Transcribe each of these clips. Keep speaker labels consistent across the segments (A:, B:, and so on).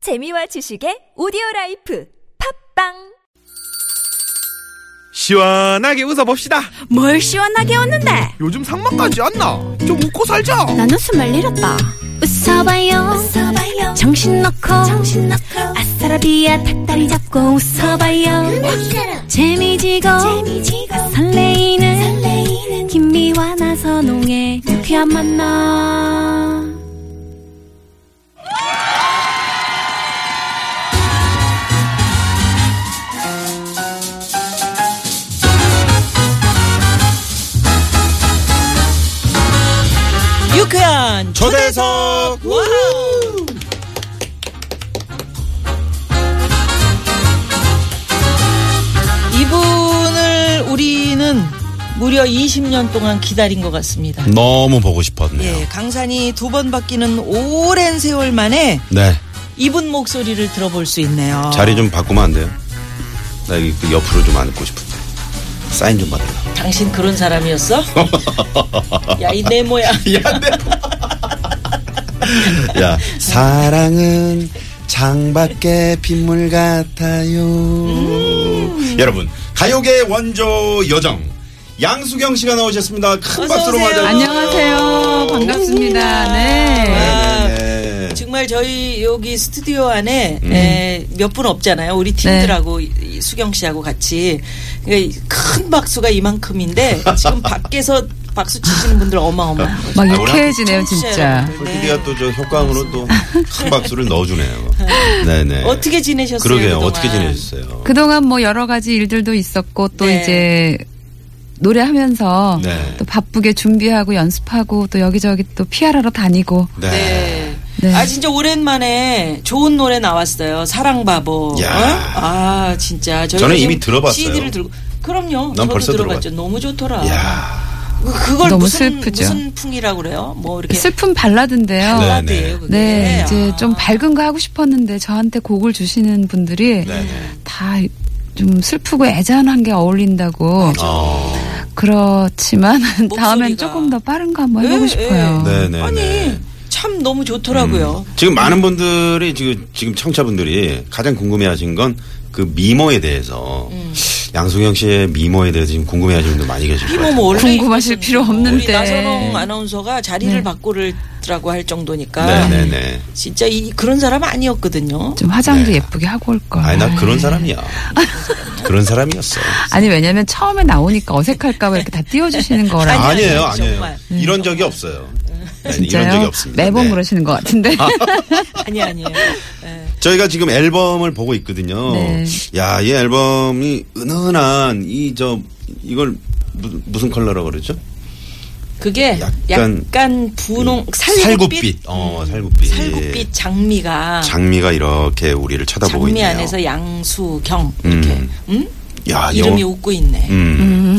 A: 재미와 지식의 오디오 라이프 팝빵
B: 시원하게 웃어봅시다.
C: 뭘 시원하게 웃는데
B: 요즘 상만까지 안 나. 좀 웃고 살자.
C: 난 웃음을 잃었다
D: 웃어봐요. 정신 놓고, 아싸라비아 닭다리 잡고 웃어봐요. 재미지고, 설레이는, 김미와 나서 농에 유쾌한 만나.
E: 유쾌한 초대석 와우 이분을 우리는 무려 20년 동안 기다린 것 같습니다.
F: 너무 보고 싶었네요.
E: 예, 강산이 두 번 바뀌는 오랜 세월 만에
F: 네.
E: 이분 목소리를 들어볼 수 있네요.
F: 자리 좀 바꾸면 안 돼요? 나 여기 그 옆으로 좀 앉고 싶은데. 사인 좀 받을라.
E: 당신 그런 사람이었어? 야, 이 네모야.
F: 야, 사랑은 장밖에 빗물 같아요.
E: 음.
F: 여러분, 가요계 원조 여정. 양수경 씨가 나오셨습니다. 큰
E: 어서
F: 박수로
E: 오세요.
F: 맞아요.
G: 안녕하세요. 반갑습니다. 네.
E: 와,
F: 네.
E: 정말 저희 여기 스튜디오 안에
F: 음.
E: 몇 분 없잖아요. 우리 팀들하고
F: 네.
E: 이- 이 수경 씨하고 같이 그러니까 이큰 박수가 이만큼인데 지금 밖에서 박수 치시는 분들 어마어마한 거죠.
F: 아,
G: 막 유쾌해지네요,
E: 청취자
G: 진짜.
E: 여러분들. 네.
F: 솔디가 또 저 효과음으로 또 큰 박수를 넣어주네요. 네네.
E: 어떻게 지내셨어요?
F: 그러게요.
E: 그동안?
F: 어떻게 지내셨어요?
G: 그동안 뭐 여러 가지 일들도 있었고 또
E: 네.
G: 이제 노래하면서
F: 네.
G: 또 바쁘게 준비하고 연습하고 또 여기저기 또 PR하러 다니고
E: 네.
G: 네.
E: 아 진짜 오랜만에 좋은 노래 나왔어요. 사랑 바보.
F: 야.
E: 어? 아 진짜 저희
F: 저는 이미 들어봤어요.
E: CD를 들고 그럼요.
F: 난
E: 저도
F: 벌써
E: 들어봤죠.
F: 들어봤죠.
E: 너무 좋더라.
F: 야
E: 그- 그걸
G: 너무
E: 무슨
G: 슬프죠.
E: 무슨 풍이라고 그래요? 뭐 이렇게
G: 슬픈 발라드인데요.
F: 네.
G: 네.
E: 발라드예요, 아, 그게.
G: 이제
E: 아.
G: 좀 밝은 거 하고 싶었는데 저한테 곡을 주시는 분들이
F: 네네.
G: 다 좀 슬프고 애잔한 게 어울린다고
F: 어.
G: 그렇지만
E: 목소리가.
G: 다음엔 조금 더 빠른 거 한번 해보고
E: 예,
G: 싶어요.
E: 예.
F: 네네. 음.
E: 아니 참 너무 좋더라고요.
F: 지금 많은 분들이 지금 지금 청취자분들이 가장 궁금해하신 건 그 미모에 대해서 양승영 씨의 미모에 대해서 지금 궁금해하시는 분들 많이 계실
E: 피모
F: 거예요.
E: 뭐 원래
G: 궁금하실
E: 이쁘신
G: 필요
E: 분이고
G: 없는데.
E: 우리
F: 음.
G: 네.
E: 나선홍 아나운서가 자리를 바꾸라고 할 정도니까
F: 네네네.
E: 진짜 이, 그런 사람 아니었거든요.
G: 좀 화장도
F: 네.
G: 예쁘게 하고 올 걸.
F: 아니 나 그런 사람이야. 그런 사람이었어.
G: 아니 왜냐면 처음에 나오니까 어색할까봐 이렇게 다 띄워주시는 거라.
E: 아니, 아니,
F: 아니에요,
E: 아니,
F: 아니에요.
E: 정말.
F: 이런 적이 없어요. 아니,
G: 진짜요?
F: 이런 적이 없습니다.
G: 매번
F: 네.
G: 그러시는 것 같은데.
E: 아니 아니에요. 예.
F: 저희가 지금 앨범을 보고 있거든요.
G: 네.
F: 야, 이 앨범이 은은한 이 저 이걸 무, 무슨 컬러라고 그러죠?
E: 그게 약간,
F: 약간-
E: 분홍 살구빛
F: 어, 살구빛.
E: 살구빛 장미가
F: 장미가 이렇게 우리를 쳐다보고
E: 장미
F: 있네요.
E: 안에서 양수경 이렇게
F: 음.
E: 음?
F: 야,
E: 이름이
F: 영어,
E: 웃고 있네.
F: 음.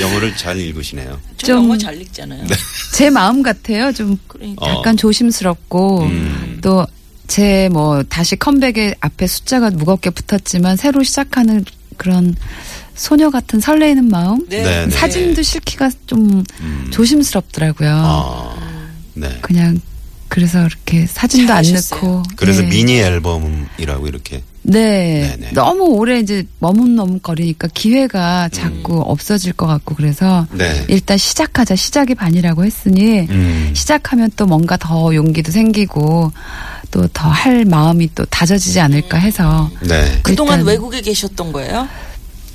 F: 영어를 잘 읽으시네요.
E: 저
G: 좀-
E: 영어 잘 읽잖아요.
F: 네.
G: 제 마음 같아요. 좀
E: 그러니까
F: 어.
G: 약간 조심스럽고
F: 음.
G: 또 제 뭐 다시 컴백의 앞에 숫자가 무겁게 붙었지만 새로 시작하는 그런 소녀 같은 설레이는 마음.
F: 네, 네.
G: 사진도 실기가 좀 조심스럽더라고요.
F: 아, 네.
G: 그냥 그래서 이렇게 사진도 안
E: 잘하셨어요.
G: 넣고.
F: 그래서
G: 네.
F: 미니 앨범이라고 이렇게.
G: 네.
F: 네네.
G: 너무 오래 이제 머뭇머뭇거리니까 기회가 자꾸 없어질 것 같고 그래서
F: 음. 네.
G: 일단 시작하자. 시작이 반이라고 했으니
F: 음.
G: 시작하면 또 뭔가 더 용기도 생기고 또 더 할 마음이 또 다져지지 않을까 해서
F: 네.
E: 그동안
G: 일단
E: 외국에 계셨던 거예요?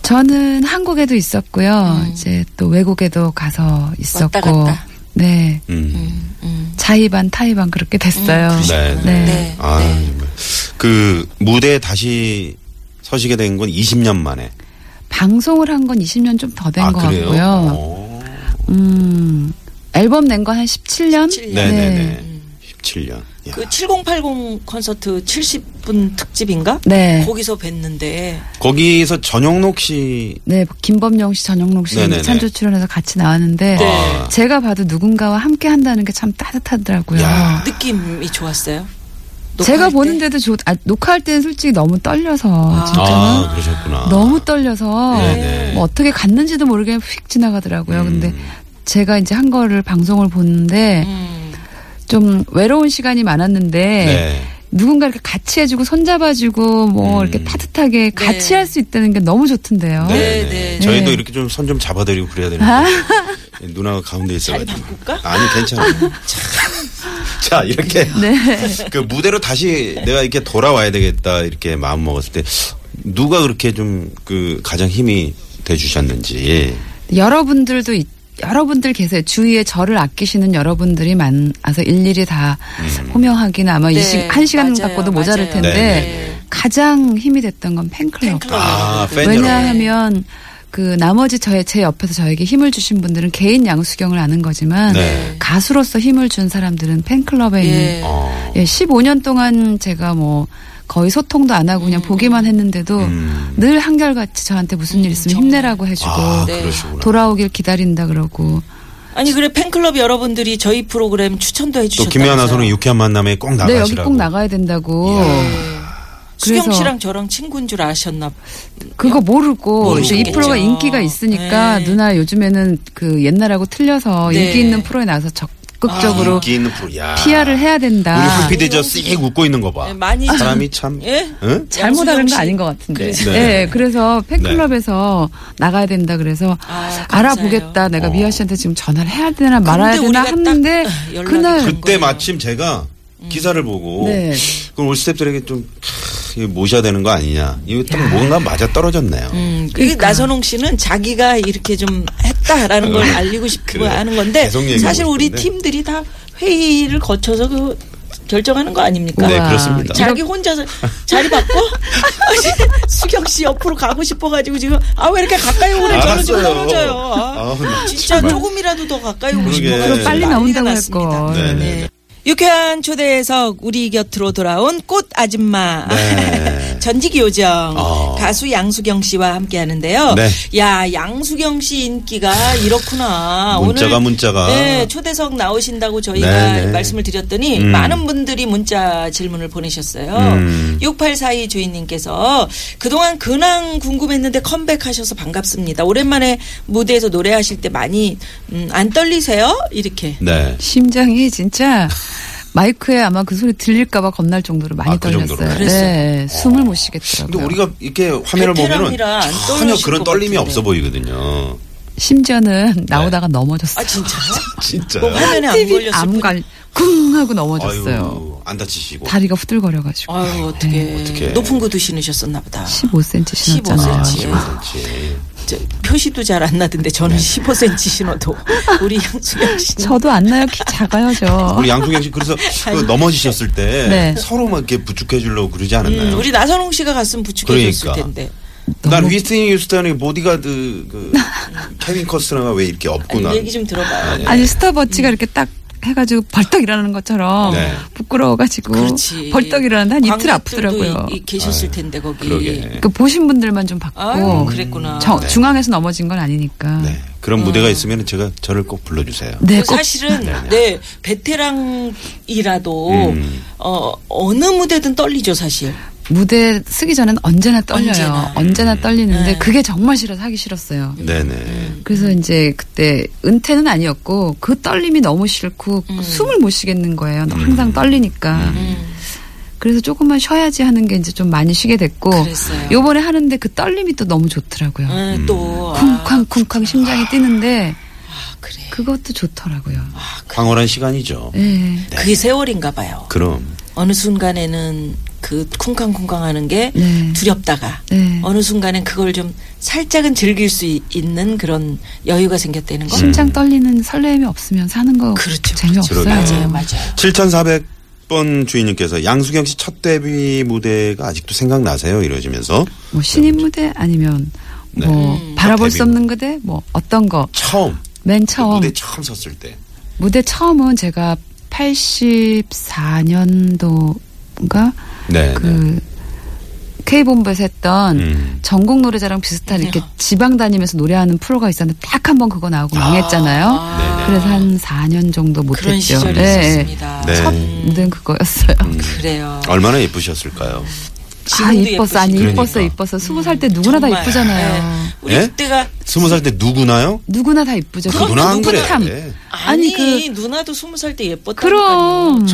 G: 저는 한국에도 있었고요.
F: 음.
G: 이제 또 외국에도 가서 있었고.
E: 왔다 갔다.
G: 네.
F: 음.
G: 자의반 타의반 그렇게 됐어요.
F: 네. 네.
G: 네.
F: 아, 정말. 그 무대에 다시 서시게 된 건 20년 만에.
G: 방송을 한 건 20년 좀 더 된
F: 아,
G: 것
F: 그래요? 어.
G: 같고요.
F: 오.
G: 음. 앨범 낸 건 한 17년?
E: 17년.
F: 네, 네, 네.
E: 음.
F: 17년. 야.
E: 그 7080 콘서트 70분 특집인가?
G: 네.
E: 거기서 뵀는데
F: 거기서 전영록 씨
G: 네, 김범용 씨, 전영록 씨
F: 네네네.
G: 찬조 출연해서 같이 나왔는데
E: 네.
G: 제가 봐도 누군가와 함께 한다는 게 참 따뜻하더라고요.
F: 야.
E: 느낌이 좋았어요.
G: 아. 제가
E: 녹화할 때?
G: 보는데도 좋, 아, 녹화할 때는 솔직히 너무 떨려서
E: 아.
G: 진짜
F: 아, 그러셨구나.
G: 너무 떨려서
F: 네네. 음.
G: 뭐 어떻게 갔는지도 모르게 휙 지나가더라고요. 근데 제가 이제 한 거를 방송을 보는데
E: 음.
G: 좀 외로운 시간이 많았는데
F: 네.
G: 누군가 이렇게 같이 해주고 손잡아주고 뭐 이렇게 파듯하게 같이
E: 네.
G: 할 수 있다는 게 너무 좋던데요.
E: 네,
F: 음. 네,
E: 네.
F: 네. 저희도
G: 네.
F: 이렇게 좀 손 좀 잡아드리고 그래야 되는데 예, 누나가 가운데 있어가지고
E: 자리 바꿀까?
F: 아니 괜찮아. 자 이렇게 그 무대로 다시 내가 이렇게 돌아와야 되겠다 이렇게 마음 먹었을 때 누가 그렇게 좀 그 가장 힘이 돼 주셨는지
G: 여러분들도 이- 여러분들 계세요. 주위에 저를 아끼시는 여러분들이 많아서 일일이 다 호명하기는 아마
E: 네,
G: 그 이 시, 한 시간
E: 맞아요,
G: 갖고도 모자랄
E: 맞아요.
G: 텐데
F: 음. 네,
E: 네.
G: 가장 힘이 됐던 건 팬클럽.
E: 팬클럽
F: 아,
E: 여러분들.
F: 팬 여러분. 네.
G: 왜냐하면 그 나머지 저의 제 옆에서 저에게 힘을 주신 분들은 개인 양수경을 아는 거지만
F: 네.
G: 가수로서 힘을 준 사람들은 팬클럽에 있는
E: 예.
F: 어.
G: 예, 15년 동안 제가 뭐 거의 소통도 안 하고 그냥 보기만 했는데도
F: 음.
G: 늘 한결같이 저한테 무슨 일 있으면 힘내라고 해주고
F: 아
E: 네.
F: 그러시구나.
G: 돌아오길 기다린다 그러고
E: 아니 그래 팬클럽 여러분들이 저희 프로그램 추천도
F: 또
E: 해주셨다.
F: 김연아 선은 유쾌한 만남에 꼭 나가시라고.
G: 네 여기 꼭 나가야 된다고
E: 예. 수경
G: 그래서-
E: 씨랑 저랑 친구인 줄 아셨나?
G: 그거 모르고
F: 모르고
G: 이제 이 프로가
E: 있겠죠.
G: 인기가 있으니까
E: 네.
G: 누나 요즘에는 그 옛날하고 틀려서
E: 네.
G: 인기 있는 프로에 나와서 적극적으로
F: 인기 있는 아, 프로. 야.
G: PR을 해야 아.
F: 우리
G: 된다.
F: 흑피디 저씩 웃고 있는 거 봐.
E: 네, 많이 좀-
F: 사람이 참.
E: 예?
F: 응?
G: 잘못
E: 양수경
G: 아는
E: 씨.
G: 거 아닌 것 같은데.
F: 그래서-
G: 네.
F: 네.
G: 그래서 팬클럽에서 나가야 된다 그래서
E: 아, 감사해요.
G: 알아보겠다. 내가
F: 어.
G: 미화 씨한테 지금 전화를 해야 되나 말아야
E: 근데
G: 되나
E: 우리가 딱
G: 했는데
E: 연락이
G: 그날
E: 그런
F: 그때
E: 거예요.
F: 마침 제가 기사를 보고
G: 네.
F: 그럼 올 스탭들에게 좀 캬, 이거 모셔야 되는 거 아니냐. 이거 딱 뭔가 맞아 떨어졌네요.
E: 음, 그 나선홍 씨는 자기가 이렇게 좀 했다라는 걸 알리고 싶고
F: 어. 그래요.
E: 하는 건데
F: 계속 얘기하고
E: 사실 우리
F: 싶은데.
E: 팀들이 다 회의를 거쳐서 그 결정하는 거 아닙니까?
F: 네,
G: 우와.
F: 그렇습니다.
E: 자기 혼자서 자리 바꿔? 수경 씨 옆으로 가고 싶어가지고 지금 아 왜 이렇게 가까이 오래 저는 좀
F: 알았어요.
E: 떨어져요. 아,
F: 아우, 나
E: 진짜
F: 정말.
E: 조금이라도 더 가까이 오고
F: 그러게.
E: 싶어가지고
F: 그럼 빨리
E: 난리가
G: 나온다고 할
E: 났습니다.
G: 걸.
F: 네네네.
E: 네. 유쾌한 초대석 우리 곁으로 돌아온 꽃 아줌마
F: 네.
E: 전직 요정
F: 어.
E: 가수 양수경 씨와 함께 하는데요.
F: 네.
E: 야 양수경 씨 인기가 이렇구나. 아,
F: 문자가,
E: 오늘
F: 문자가.
E: 네, 초대석 나오신다고 저희가
F: 네, 네.
E: 말씀을 드렸더니
F: 음.
E: 많은 분들이 문자 질문을 보내셨어요.
F: 음.
E: 6842 주인님께서 그동안 근황 궁금했는데 컴백하셔서 반갑습니다. 오랜만에 무대에서 노래하실 때 많이 음, 안 떨리세요? 이렇게.
F: 네.
G: 심장이 진짜 마이크에 아마 그 소리 들릴까봐 겁날 정도로 많이
F: 아, 그
G: 떨렸어요.
F: 정도로.
G: 네, 숨을
E: 어.
G: 못 쉬겠더라고요.
F: 근데 우리가 이렇게 화면을 보면은
E: 네. 베테랑이라 안
F: 전혀
E: 떨리실
F: 그런
E: 것
F: 떨림이
E: 같은데.
F: 없어 보이거든요. 네.
G: 심지어는 나오다가 넘어졌어요.
E: 아 진짜요?
F: 진짜요?
E: 뭐 화면에 안
G: TV
E: 걸렸을
G: 암
E: 뿐.
G: 아, 갈, 쿵 하고 넘어졌어요.
F: 아유, 안 다치시고.
G: 다리가 후들거려가지고.
E: 아유
G: 네,
E: 어떻게
F: 어떡해.
E: 높은 구두 신으셨었나 보다.
G: 15cm 신었잖아요.
F: 아,
E: 15cm.
F: 지금 그렇지.
E: 저, 표시도 잘 안 나던데 저는 15cm 신어도 우리 양수경 씨.
G: 네. 저도 안 나요. 키 작아요,
E: 어?
G: 저.
F: 우리 양수경 씨 그래서 그 넘어지셨을 때
G: 네.
F: 서로 막 이렇게 부축해 주려고 그러지 않았나요?
E: 음, 우리 나선홍 씨가 갔으면 부축해줬을
F: 그러니까.
E: 텐데.
F: 난 위스틴 휴스턴의 보디가드 그 케빈 커스너가 왜 이렇게 없고
E: 아니,
F: 나
E: 얘기 좀 들어봐요.
F: 네.
G: 아니, 네. 스타버치가 이렇게 딱 해가지고 벌떡 일어나는 것처럼
F: 네.
G: 부끄러워가지고
E: 그렇지.
G: 벌떡 일어나는데 한 이틀
E: 관객들도
G: 아프더라고요.
E: 이- 이 계셨을 텐데 거기. 뭐
F: 그러게.
G: 그 보신 분들만 좀
E: 아유
G: 봤고
E: 그랬구나.
G: 저- 중앙에서 넘어진 건 아니니까.
F: 네. 그런 무대가 있으면 제가 저를 꼭 불러주세요.
G: 네,
E: 그
G: 꼭
E: 사실은 네 베테랑이라도
F: 음.
E: 어 어느 무대든 떨리죠 사실.
G: 무대 쓰기 전엔 언제나 떨려요.
E: 언제나. 네.
G: 언제나,
F: 음.
G: 떨리는데 그게 정말 싫어서 하기 싫었어요.
F: 네네.
G: 그래서 이제 그때 은퇴는 아니었고 그 떨림이 너무 싫고
E: 음.
G: 숨을 못 쉬겠는 거예요.
F: 음.
G: 항상 떨리니까. 그래서 조금만 쉬어야지 하는 게 이제 좀 많이 쉬게 됐고
E: 그랬어요.
G: 요번에 하는데 그 떨림이 또 너무 좋더라고요.
E: 음, 또 아,
G: 쿵쾅쿵쾅 심장이 뛰는데
E: 그래.
G: 그것도 좋더라고요.
F: 황홀한 시간이죠.
G: 네.
E: 그게 세월인가 봐요.
F: 그럼
E: 어느 순간에는 그 쿵쾅쿵쾅하는 게
G: 네.
E: 두렵다가
G: 네.
E: 어느 순간엔 그걸 좀 살짝은 즐길 수 이- 있는 그런 여유가 생겼다는 거.
G: 심장 떨리는 설렘이 없으면 사는 거
E: 그렇죠,
G: 재미없어요.
F: 음. 그렇죠.
E: 맞아요, 맞아요.
F: 7,400번 주인님께서 양수경 씨 첫 데뷔 무대가 아직도 생각나세요? 이러시면서
G: 뭐 신인 무대 아니면
F: 네.
G: 뭐
E: 음.
G: 바라볼 수 없는 그대 뭐 어떤 거
F: 처음
G: 맨 처음
F: 무대
G: 무대,
F: 처음 섰을 때
G: 처음은 제가 84년도인가
F: 네.
G: 그 K 본부에서 했던
F: 음.
G: 전국 노래자랑 비슷한
E: 네.
G: 이렇게 지방 다니면서 노래하는 프로가 있었는데 딱 한 번 그거 나오고 망했잖아요.
F: 네,
G: 그래서 한 4년 정도 못했죠.
E: 그런 시절이 있었습니다. 음.
F: 네.
G: 첫 무대는 그거였어요.
E: 그래요.
F: 얼마나 예쁘셨을까요?
G: 아
E: 지금도
G: 이뻤어, 아, 아니
E: 예쁘시고.
G: 이뻤어,
F: 그러니까.
G: 이뻤어. 스무 살 때 누구나 다
E: 정말.
G: 이쁘잖아요.
E: 네. 우리
F: 예?
E: 그때가
F: 스무 살 때 누구나요?
G: 누구나 다 이쁘죠.
E: 그건
F: 누나 안 그래.
G: 뿌듯함.
F: 네.
E: 아니,
G: 아니,
E: 누나도 스무 살 때 예뻤다니까요.
G: 그 그럼.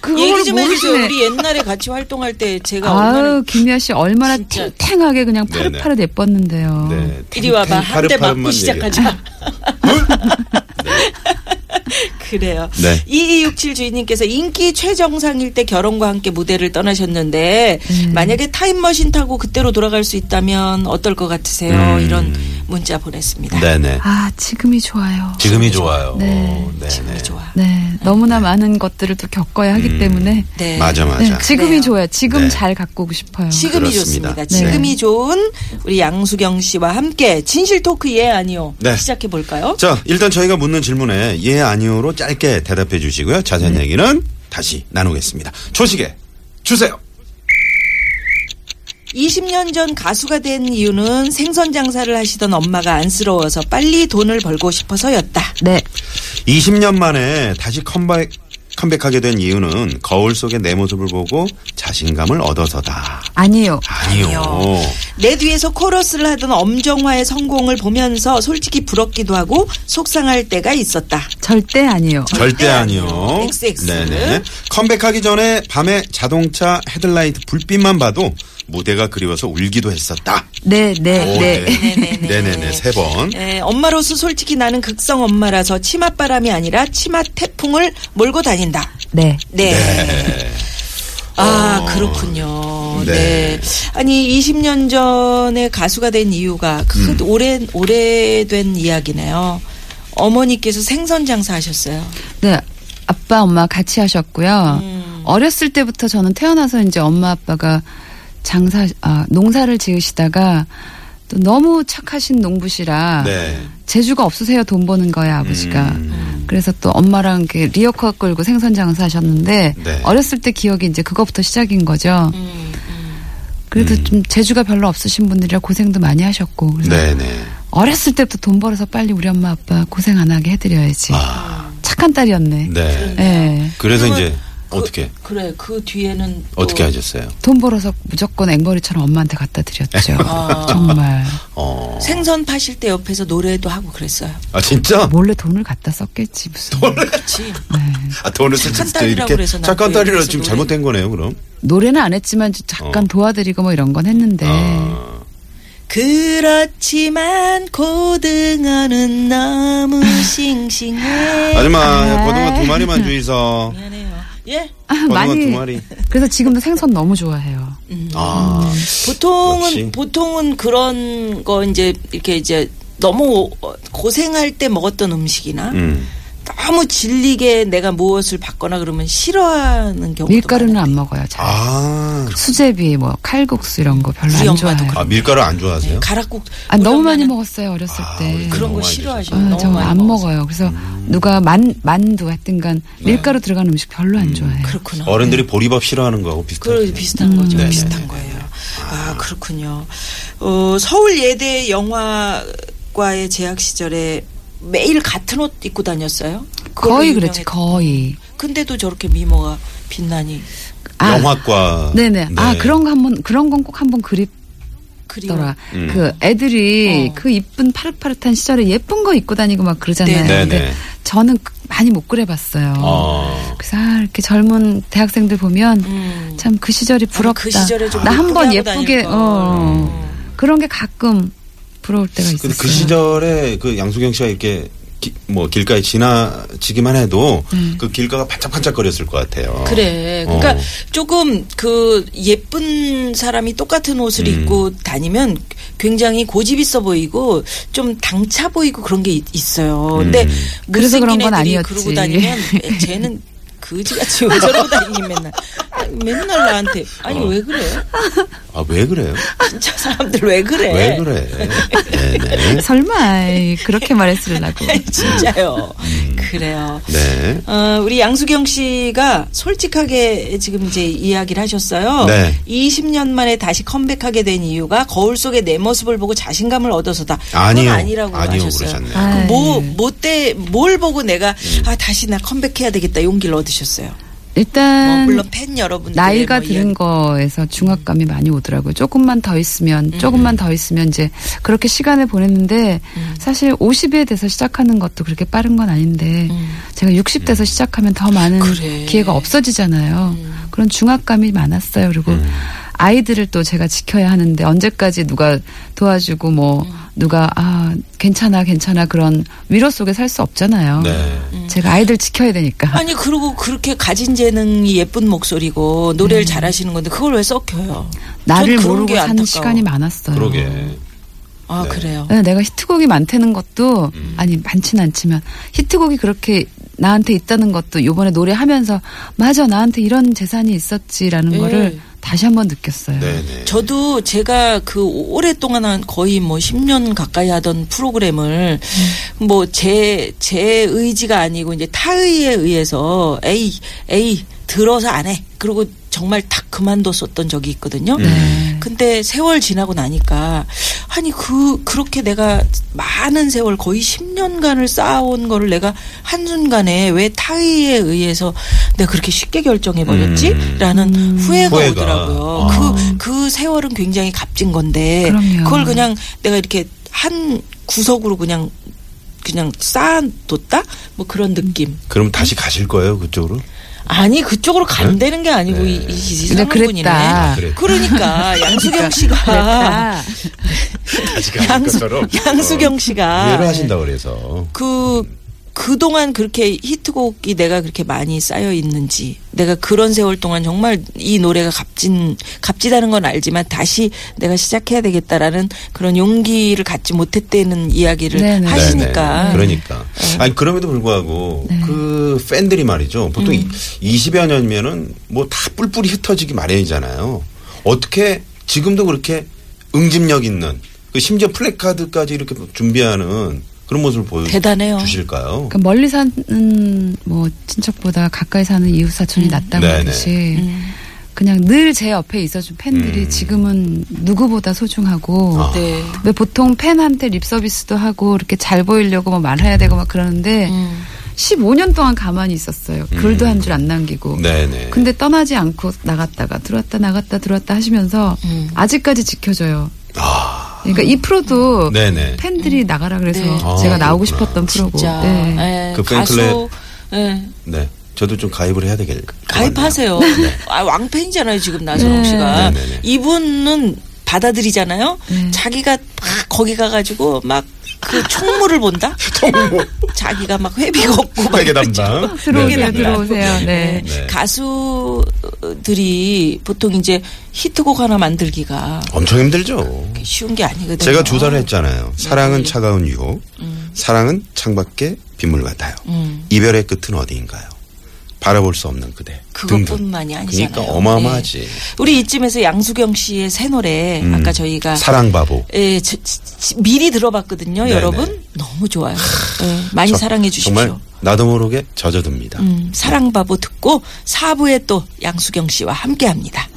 G: 그거를
E: 얘기 좀 해주세요.
G: 모르시네.
E: 우리 옛날에 같이 활동할 때 제가 얼마나
G: 아유, 김미아 씨 얼마나
E: 진짜.
G: 탱탱하게 그냥
F: 네네.
G: 파릇파릇 예뻤는데요.
F: 네.
E: 이리 와봐 한 대 맞고
F: 파릇파릇만
E: 시작하자. 그래요.
F: 네.
E: 2267 주인님께서 인기 최정상일 때 결혼과 함께 무대를 떠나셨는데 만약에 타임머신 타고 그때로 돌아갈 수 있다면 어떨 것 같으세요? 이런 문자 보냈습니다.
F: 얘기해요. 음. 네네.
G: 아, 지금이 좋아요.
F: 지금이 좋아요.
G: 네.
F: 네.
E: 기분이 좋아.
G: 네, 너무나 많은 것들을 또 겪어야 하기 때문에
E: 네.
F: 맞아
G: 네,
F: 맞아.
G: 지금이
E: 그래요.
G: 좋아요. 지금
F: 네.
G: 잘 갖고 오고 싶어요.
E: 지금이
F: 그렇습니다.
E: 좋습니다.
F: 네.
E: 지금이 좋은 우리 양수경 씨와 함께 진실 토크 예 아니요
F: 네.
E: 시작해 볼까요?
F: 자 일단 저희가 묻는 질문에 예 아니오로 짧게 대답해 주시고요. 자세한 얘기는 다시 나누겠습니다. 조식에 주세요.
E: 20년 전 가수가 된 이유는 생선 장사를 하시던 엄마가 안쓰러워서 빨리 돈을 벌고 싶어서였다.
G: 네.
F: 20년 만에 다시 컴백 컴백하게 된 이유는 거울 속의 내 모습을 보고 자신감을 얻어서다.
G: 아니요.
F: 아니요.
E: 내 뒤에서 코러스를 하던 엄정화의 성공을 보면서 솔직히 부럽기도 하고 속상할 때가 있었다.
G: 절대 아니요.
F: 절대 아니요.
E: XX.
F: 네네. 컴백하기 전에 밤에 자동차 헤드라이트 불빛만 봐도 무대가 그리워서 울기도 했었다.
G: 네, 네,
F: 오,
G: 네.
E: 네네네.
F: 네네네. 세 번.
E: 에, 엄마로서 솔직히 나는 극성 엄마라서 치맛바람이 아니라 치맛 태풍을 몰고 다닌다.
G: 네.
E: 네. 아, 그렇군요. 네.
F: 네.
E: 아니, 20년 전에 가수가 된 이유가 그
F: 음.
E: 오랜, 오래된 이야기네요. 어머니께서 생선 장사하셨어요.
G: 네. 아빠, 엄마 같이 하셨고요. 어렸을 때부터 저는 태어나서 이제 엄마 아빠가 장사 아, 농사를 지으시다가 또 너무 착하신 농부시라
F: 네. 음.
G: 재주가 없으세요 돈 버는 거야
F: 그
G: 아버지가 그래서 또 엄마랑 이렇게 리어커 끌고 생선 장사하셨는데
F: 네.
G: 어렸을 때 기억이 이제 그거부터 시작인 거죠. 그래도 좀 재주가 별로 없으신 분들이라 고생도 많이 하셨고 그래서
F: 음. 네네.
G: 어렸을 때부터 돈 벌어서 빨리 우리 엄마 아빠 고생 안 하게 해드려야지
F: 아.
G: 착한 딸이었네.
F: 네.
G: 예.
F: 그래서
E: 그러면
F: 이제
E: 그-
F: 어떻게
E: 그래, 그 뒤에는. 또-
F: 어떻게 하셨어요?
G: 돈 벌어서 무조건 앵벌이처럼 엄마한테 갖다 드렸죠. 정말
F: 어.
E: 생선 파실 때 옆에서 노래도 하고 그랬어요.
F: 아 진짜?
G: 몰래 돈을 갖다 썼겠지 무슨
E: 그렇지.
F: 아, 돈을
E: 착한
F: 쓰지
E: 딸이라고
F: 이렇게
E: 그래서 나
F: 착한
E: 또
F: 딸이라
E: 여기서
F: 지금
E: 노래-
F: 잘못된 거네요, 그럼.
G: 노래는 안 했지만 잠깐 도와드리고 뭐 이런 건 했는데
F: 어. 아.
E: 그렇지만 고등어는 너무 싱싱해.
F: 아줌마 고등어 두 마리만 주이소.
E: 미안해요. 예.
F: 고등어 두 마리.
G: 아, 그래서 지금도 생선 너무 좋아해요.
F: 아.
E: 보통은
F: 역시.
E: 보통은 그런 거 이제 이렇게 이제 너무 고생할 때 먹었던 음식이나
F: 음.
E: 너무 질리게 내가 무엇을 받거나 그러면 싫어하는 경우도
G: 밀가루는
E: 많아요.
G: 안 먹어요. 잘.
F: 아.
G: 수제비 뭐 칼국수 이런 거 별로
E: 우리
G: 안
E: 엄마도
G: 좋아해요.
E: 그래요.
F: 아, 밀가루 안 좋아하세요?
E: 가락국
G: 아, 너무 많이
E: 오랜만에
G: 먹었어요 어렸을
F: 아,
G: 때.
F: 우리
E: 그런
F: 너무
E: 거
F: 많이
E: 싫어하시고
G: 아,
E: 너무 많이
G: 저안
E: 먹었어요. 음. 네.
G: 먹어요. 그래서 누가 만 만두 하여튼간 밀가루 들어간 음식 별로 안 좋아해요.
E: 그렇구나.
F: 어른들이 보리밥 싫어하는 거하고
E: 네. 그
F: 비슷하죠.
E: 비슷한
G: 음.
E: 거죠.
F: 네네.
E: 비슷한 거예요. 아 그렇군요. 어, 서울 예대 영화과의 재학 시절에 매일 같은 옷 입고 다녔어요. 그걸로
G: 거의 그랬지
E: 유명했-
G: 거의.
E: 근데도 저렇게 미모가 빛나니
G: 아,
F: 영화과.
E: 음.
G: 네네. 아
F: 네.
G: 그런 거 한번 그런 건 꼭 한번 그립더라.
E: 그리워.
F: 음.
G: 그 애들이
E: 네. 어.
G: 그 이쁜 파릇파릇한 시절에 예쁜 거 입고 다니고 막 그러잖아요.
E: 네네.
G: 근데
F: 네네.
G: 저는 그- 많이 못 그래봤어요.
F: 어.
G: 그래서 아, 이렇게 젊은 대학생들 보면
E: 음.
G: 참 그 시절이 부럽다.
E: 그 시절에 좀
G: 나 한 번
E: 예쁘게 하고 음.
G: 예쁘게
E: 다닐
G: 어,
E: 걸.
G: 어. 그런 게 가끔 부러울 때가 있었어요.
F: 근데 그 시절에 그 양수경 씨가 이렇게 기- 뭐 길가에 지나치기만 해도 그 길가가 반짝반짝거렸을 것 같아요.
E: 그래.
F: 어.
E: 그러니까 조금 그 예쁜 사람이 똑같은 옷을
F: 음.
E: 입고 다니면 굉장히 고집 있어 보이고 좀 당차 보이고 그런 게 있- 있어요.
F: 음.
E: 근데
G: 그래서 그런 건
E: 못생긴 애들이
G: 아니었지.
E: 그러고 다니면 에, 쟤는 그지같이 왜 저러고 다니니 맨날. 아니, 맨날 나한테 아니 왜 그래?
F: 아, 왜 그래요?
E: 진짜 사람들 왜 그래?
F: 왜 그래? 네네.
G: 설마 에이, 그렇게 말했으려고.
E: 진짜요. 그래요.
F: 음. 네.
E: 어, 우리 양수경 씨가 솔직하게 지금 이제 이야기를 하셨어요.
F: 네.
E: 20년 만에 다시 컴백하게 된 이유가 거울 속의 내 모습을 보고 자신감을 얻어서다. 그건
F: 아니요.
E: 아니라고
F: 아니요,
E: 하셨어요.
F: 그러셨네요. 음.
G: 아,
E: 뭐, 뭐 때, 뭘 보고 내가, 아, 다시 나 컴백해야 되겠다 용기를 얻으셨어요. 뭐
G: 일단
E: 물론 팬뭐 여러분들
G: 음. 나이가 드는 거에서
E: 음.
G: 중압감이 많이 오더라고요. 조금만 더 있으면, 조금만 더 있으면 이제 그렇게 시간을 보냈는데
E: 음.
G: 사실 50에 돼서 시작하는 것도 그렇게 빠른 건 아닌데 제가 60대에서
F: 음.
G: 시작하면 더 많은
E: 음. 그래. 음.
G: 기회가 없어지잖아요. 그런 중압감이 많았어요. 그리고
F: 음.
G: 아이들을 또 제가 지켜야 하는데 언제까지 누가 도와주고 뭐
E: 음.
G: 누가 아 괜찮아 괜찮아 그런 위로 속에 살 수 없잖아요.
F: 네.
G: 제가 아이들 지켜야 되니까.
E: 음. 아니 그리고 그렇게 가진 재능이 예쁜 목소리고 노래를 잘하시는 건데 그걸 왜 썩혀요?
G: 음.
E: 전
G: 나를
E: 그런
G: 모르고
E: 게
G: 사는
E: 안타까워.
G: 시간이 많았어요.
F: 그러게.
E: 아
F: 네.
E: 그래요.
G: 네, 내가 히트곡이 많다는 것도
F: 음.
G: 아니 많진 않지만 히트곡이 그렇게 나한테 있다는 것도 요번에 노래하면서 맞아 나한테 이런 재산이 있었지라는
E: 예.
G: 거를 다시 한번 느꼈어요.
F: 네네.
E: 저도 제가 그 오랫동안 한 거의 뭐 10년 가까이 하던 프로그램을 뭐 제 제 의지가 아니고 이제 타의에 의해서 에이 에이 들어서 안 해. 그리고 정말 탁 그만뒀었던 적이 있거든요. 근데 세월 지나고 나니까 아니 그 그렇게 내가 많은 세월 거의 10년간을 쌓아온 거를 내가 한순간에 왜 타의에 의해서 내가 그렇게 쉽게 결정해
F: 음.
E: 버렸지라는 후회가,
F: 후회가.
E: 오더라고요.
F: 아.
E: 그 그 세월은 굉장히 값진 건데
G: 그럼요.
E: 걸 그냥 내가 이렇게 한 구석으로 그냥 그냥 쌓아뒀다 뭐 그런
G: 음.
E: 느낌
F: 그럼 다시 가실 거예요 그쪽으로?
E: 아니 그쪽으로 간다는 게 아니고 이, 이
G: 근데
E: 이상한 분이네
G: 그랬다.
F: 그래.
E: 그러니까 양수경 씨가
G: 그랬다.
F: 다시 어.
E: 양수, 양수경 아, 네. 씨가
G: 네.
F: 이해를 하신다 그래서.
E: 그 그동안 그렇게 히트곡이 내가 그렇게 많이 쌓여 있는지 내가 그런 세월 동안 정말 이 노래가 값진 값지다는 건 알지만 다시 내가 시작해야 되겠다라는 그런 용기를 갖지 못했다는 이야기를
G: 네네.
E: 하시니까 네.
F: 네네. 그러니까. 아니 그럼에도 불구하고 그 팬들이 말이죠.
E: 음.
F: 보통 20여 년이면은 뭐 다 뿔뿔이 흩어지기 마련이잖아요. 어떻게 지금도 그렇게 응집력 있는 그 심지어 플래카드까지 이렇게 준비하는 그런 모습을 보여
E: 대단해요.
F: 주실까요?
G: 그러니까 멀리 사는 뭐 친척보다 가까이 사는 이웃
E: 음.
G: 사촌이 낫다고
F: 네네.
G: 하듯이
E: 예.
G: 그냥 늘 제 옆에 있어준 팬들이
F: 음.
G: 지금은 누구보다 소중하고
F: 아.
E: 네.
G: 왜 보통 팬한테 립 서비스도 하고 이렇게 잘 보이려고 막 말해야 되고 막 그러는데
E: 음.
G: 15년 동안 가만히 있었어요. 글도 한 줄 안 남기고.
F: 음. 네네.
E: 그
G: 근데 떠나지 않고 나갔다가 들어왔다 나갔다 들어왔다 하시면서
E: 음.
G: 아직까지 지켜줘요.
F: 아.
G: 그러니까 이 프로도
F: 네네.
G: 팬들이 나가라 그래서
E: 네.
F: 아,
G: 제가 나오고
F: 그렇구나.
G: 싶었던 프로고.
E: 진짜 예,
G: 네.
F: 그
E: 가수 예,
F: 네. 저도 좀 가입을 해야 되겠네요.
E: 가입하세요. 아, 왕팬이잖아요 지금 나선홍
G: 네.
E: 씨가
F: 네네네.
E: 이분은 받아들이잖아요.
G: 네.
E: 자기가 막 거기 가가지고 막 그 총무를 본다. 자기가 막 회비 걷고 막
F: 빨개 담당.
G: 들어오세요,
F: 네네.
G: 들어오세요.
E: 네.
G: 네.
F: 네.
E: 가수들이 보통 이제 히트곡 하나 만들기가
F: 엄청 힘들죠.
E: 쉬운 게 아니거든요.
F: 제가 조사를 했잖아요. 사랑은 차가운 유혹, 사랑은 창밖에 빗물 같아요.
E: 음.
F: 이별의 끝은 어디인가요? 바라볼 수 없는 그대. 등등.
E: 그것뿐만이 아니잖아요.
F: 그러니까 어마어마하지.
E: 네. 우리 이쯤에서 양수경 씨의 새 노래
F: 음.
E: 아까 저희가
F: 사랑 바보.
E: 예, 저- 지- 지- 미리 들어봤거든요,
F: 네네.
E: 여러분. 너무 좋아요. 예, 많이
F: 저-
E: 사랑해 주십시오.
F: 정말 나도 모르게 젖어듭니다.
E: 음, 사랑바보 듣고 4부에 또 양수경 씨와 함께 합니다.